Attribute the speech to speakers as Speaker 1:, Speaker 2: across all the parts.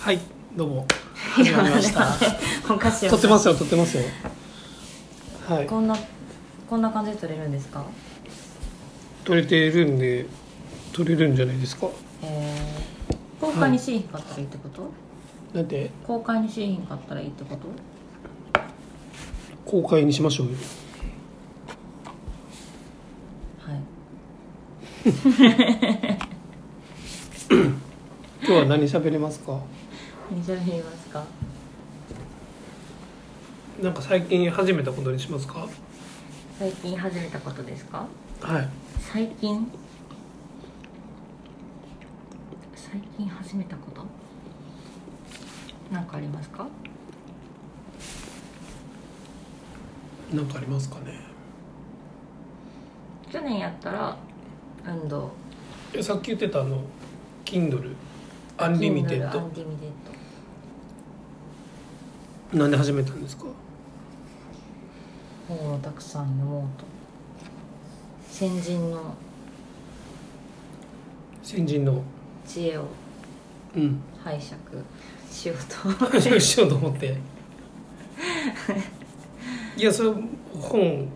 Speaker 1: はいどうも始まりました
Speaker 2: おかしい
Speaker 1: 撮ってますよ撮ってますよはい
Speaker 2: こんなこんな感じで撮れるんですか
Speaker 1: 撮れてるんで撮れるんじゃないですか
Speaker 2: えー、公開にしいひんかったらいいってこと、
Speaker 1: だって
Speaker 2: 公開にしいひんかったらいいってこと
Speaker 1: 公開にしましょうよ
Speaker 2: はい
Speaker 1: 今日は何喋れますか
Speaker 2: 何じゃ言いますか
Speaker 1: なんか最近始めたことにしますか
Speaker 2: 最近始めたことですか
Speaker 1: はい
Speaker 2: 最近最近始めたことなんかありますか
Speaker 1: なんかありますかね
Speaker 2: 去年やったら運動
Speaker 1: えさっき言ってたあの Kindle アンリミテッ
Speaker 2: ア
Speaker 1: ド
Speaker 2: ンリミテッド
Speaker 1: なんで始めたんですか
Speaker 2: 本をたくさん読もうと先人の
Speaker 1: 先人の
Speaker 2: 知恵を
Speaker 1: うん
Speaker 2: 拝借しようと
Speaker 1: しようと思 っていやそれ本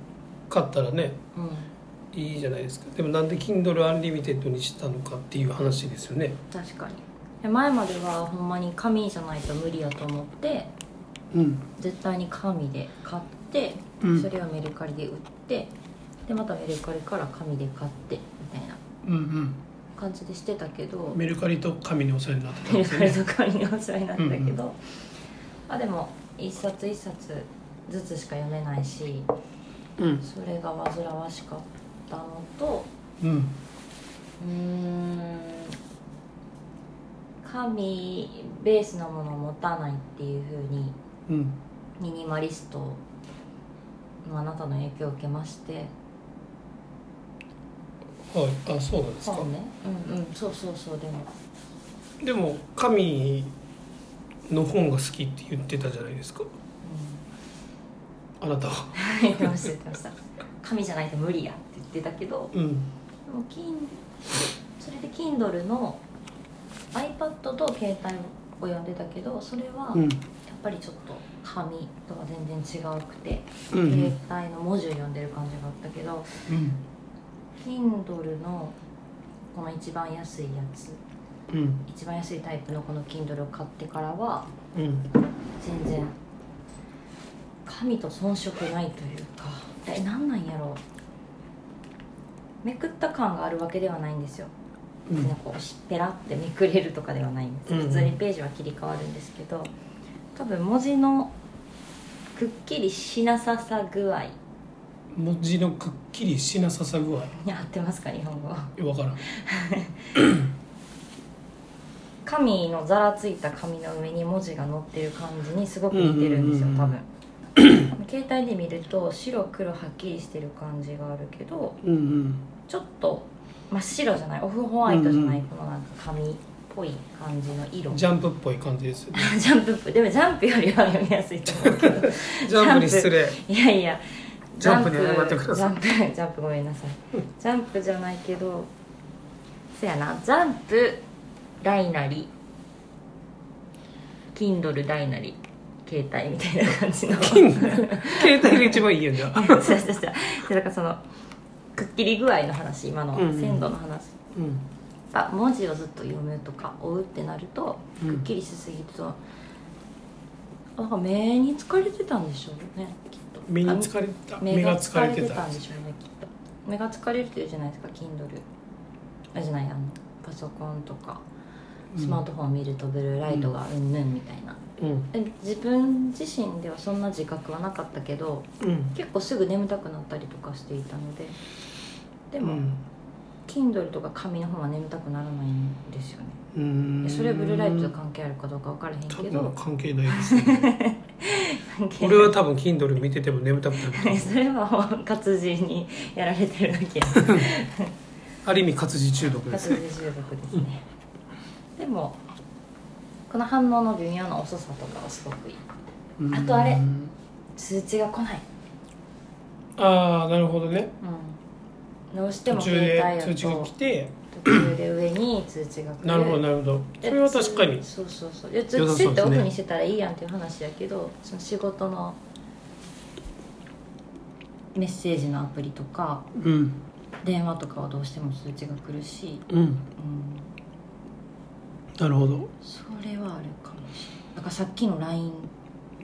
Speaker 1: 買ったらね
Speaker 2: うん
Speaker 1: いいじゃないですかでもなんで Kindle Unlimited にしたのかっていう話ですよね
Speaker 2: 確かにで前まではほんまに紙じゃないと無理やと思って
Speaker 1: うん
Speaker 2: 絶対に紙で買って
Speaker 1: うん
Speaker 2: それをメルカリで売ってでまたメルカリから紙で買ってみたいな
Speaker 1: うん
Speaker 2: 感じでしてたけど
Speaker 1: メルカリと紙にお世話になってたん
Speaker 2: メ
Speaker 1: で
Speaker 2: ル
Speaker 1: す
Speaker 2: カ
Speaker 1: よ
Speaker 2: リ
Speaker 1: ね
Speaker 2: とかにお世話になったけど、
Speaker 1: うんうん
Speaker 2: あでも一冊一冊ずつしか読めないし
Speaker 1: うん
Speaker 2: それが煩わしかったのと
Speaker 1: うん
Speaker 2: うーん神ベースのものを持たないっていうふうに
Speaker 1: うん
Speaker 2: ミニマリストのあなたの影響を受けまして
Speaker 1: はいあそうなんですか
Speaker 2: 本ねうんうんそうそうそうでも
Speaker 1: でも紙の本が好きって言ってたじゃないですかあなたは
Speaker 2: うん言ってました言ってました 神じゃないと無理やって言ってたけど
Speaker 1: うん
Speaker 2: でも金それで Kindle の iPad と携帯を読んでたけどそれは
Speaker 1: う
Speaker 2: やっ
Speaker 1: ん
Speaker 2: ぱりちょっと紙とは全然違うくて、
Speaker 1: うんう
Speaker 2: 携
Speaker 1: ん
Speaker 2: 帯の文字を読んでる感じがあったけど Kindle のこの一番安いやつ
Speaker 1: うん
Speaker 2: 一番安いタイプのこの Kindle を買ってからは
Speaker 1: うん
Speaker 2: 全然紙と遜色ないというかえ何なんやろうめくった感があるわけではないんですよ、
Speaker 1: うん
Speaker 2: なんかこうペラってめくれるとかではないんで
Speaker 1: う
Speaker 2: す、
Speaker 1: んうん
Speaker 2: 普通にページは切り替わるんですけど多分文字のくっきりしなささ具合
Speaker 1: 文字のくっきりしなささ具合
Speaker 2: に合ってますか日本語
Speaker 1: わからん
Speaker 2: 紙のざらついた紙の上に文字が載ってる感じにすごく似てるんですよ
Speaker 1: うんうんうん
Speaker 2: 多分携帯で見ると白黒はっきりしてる感じがあるけど
Speaker 1: うんうん
Speaker 2: ちょっと真っ白じゃないオフホワイトじゃない、
Speaker 1: うん
Speaker 2: このなんか紙っぽい感じの色ジ
Speaker 1: ジャンプっぽい感じですよね
Speaker 2: ャンプっぽいで もジャンプよりは読みやすいと思うけど
Speaker 1: ジャンプに失礼
Speaker 2: いやいや
Speaker 1: ジャンプに謝ってください
Speaker 2: ジャンプジャン プごめんなさいジャンプじゃないけどそやなジャンプ大なり Kindle 大なり携帯みたいな感じの
Speaker 1: 携帯が一番いいやんじゃあ
Speaker 2: そうそうそうでだからそのくっきり具合の話今の
Speaker 1: うんうん
Speaker 2: 鮮度の話、
Speaker 1: うん
Speaker 2: あ文字をずっと読むとか追うってなると
Speaker 1: う
Speaker 2: くっ
Speaker 1: ん
Speaker 2: きりしすぎると、なんか目に疲れてたんでしょうねきっと
Speaker 1: 目に
Speaker 2: あ
Speaker 1: 疲れてた
Speaker 2: 目
Speaker 1: 目
Speaker 2: が
Speaker 1: が
Speaker 2: 疲
Speaker 1: 疲
Speaker 2: れ
Speaker 1: れ
Speaker 2: て
Speaker 1: て
Speaker 2: た
Speaker 1: た
Speaker 2: んでしょうねきっと目が疲れるっていうじゃないですか Kindle あじゃないあのパソコンとかスマートフォンを見るとブルーライトがうんぬんみたいな、
Speaker 1: うん
Speaker 2: え自分自身ではそんな自覚はなかったけど
Speaker 1: うん
Speaker 2: 結構すぐ眠たくなったりとかしていたのでで
Speaker 1: う
Speaker 2: も、
Speaker 1: ん
Speaker 2: Kindle とか紙の本は眠たくならないんですよね
Speaker 1: うん
Speaker 2: でそれはブルーライトと関係あるかどうか分からへん
Speaker 1: 多
Speaker 2: け
Speaker 1: 分
Speaker 2: ど
Speaker 1: 関係ないです ね
Speaker 2: 関係ない
Speaker 1: 俺は多分 Kindle 見てても眠たくなる
Speaker 2: それはもう活字にやられてるだけや
Speaker 1: ある意味活字中毒です
Speaker 2: 活字
Speaker 1: ね
Speaker 2: 中毒ですねでもこの反応の微妙な遅さとかはすごくいい
Speaker 1: うん
Speaker 2: あとあれ通知が来ない、
Speaker 1: ああなるほどね
Speaker 2: うん、どうして
Speaker 1: 途
Speaker 2: も
Speaker 1: 中
Speaker 2: 携帯
Speaker 1: で
Speaker 2: やと
Speaker 1: 通知が来て
Speaker 2: 途球で上に通知が来る
Speaker 1: なるほどなるほどそれは確かに
Speaker 2: そうそうそういや
Speaker 1: 良さ
Speaker 2: 通知
Speaker 1: そうですね
Speaker 2: 設定オフにしてたらいいやんっていう話やけどその仕事のメッセージのアプリとか
Speaker 1: うん
Speaker 2: 電話とかはどうしても通知が来るし、
Speaker 1: うん
Speaker 2: うん、
Speaker 1: なるほど
Speaker 2: それはあるかもしれないだからさっきの LINE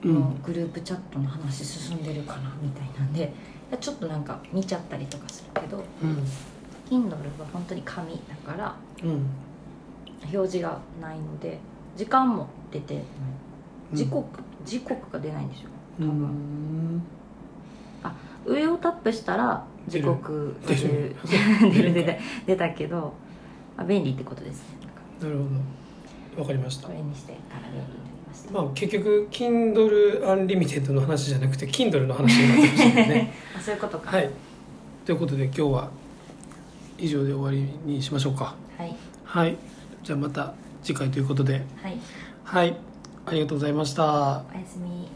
Speaker 1: うん
Speaker 2: のグループチャットの話進んでるかなみたいなんでちょっとなんか見ちゃったりとかするけど
Speaker 1: うん
Speaker 2: Kindle は本当に紙だから
Speaker 1: うん
Speaker 2: 表示がないので時間も出てない時刻、時刻が出ないんですよ
Speaker 1: う
Speaker 2: 多分
Speaker 1: ん
Speaker 2: 上をタップしたら時刻が
Speaker 1: 出
Speaker 2: 出
Speaker 1: る
Speaker 2: る出る出た出たけど、まあ、便利ってことですねなんか
Speaker 1: なるほどわかりました
Speaker 2: これにしてから便利になりました、
Speaker 1: まあ結局 Kindle Unlimited の話じゃなくて Kindle の話になってましたよね
Speaker 2: あそういうことか
Speaker 1: はいということで今日は以上で終わりにしましょうか
Speaker 2: はい
Speaker 1: はいじゃあまた次回ということで
Speaker 2: はい、
Speaker 1: はいありがとうございました
Speaker 2: おやすみ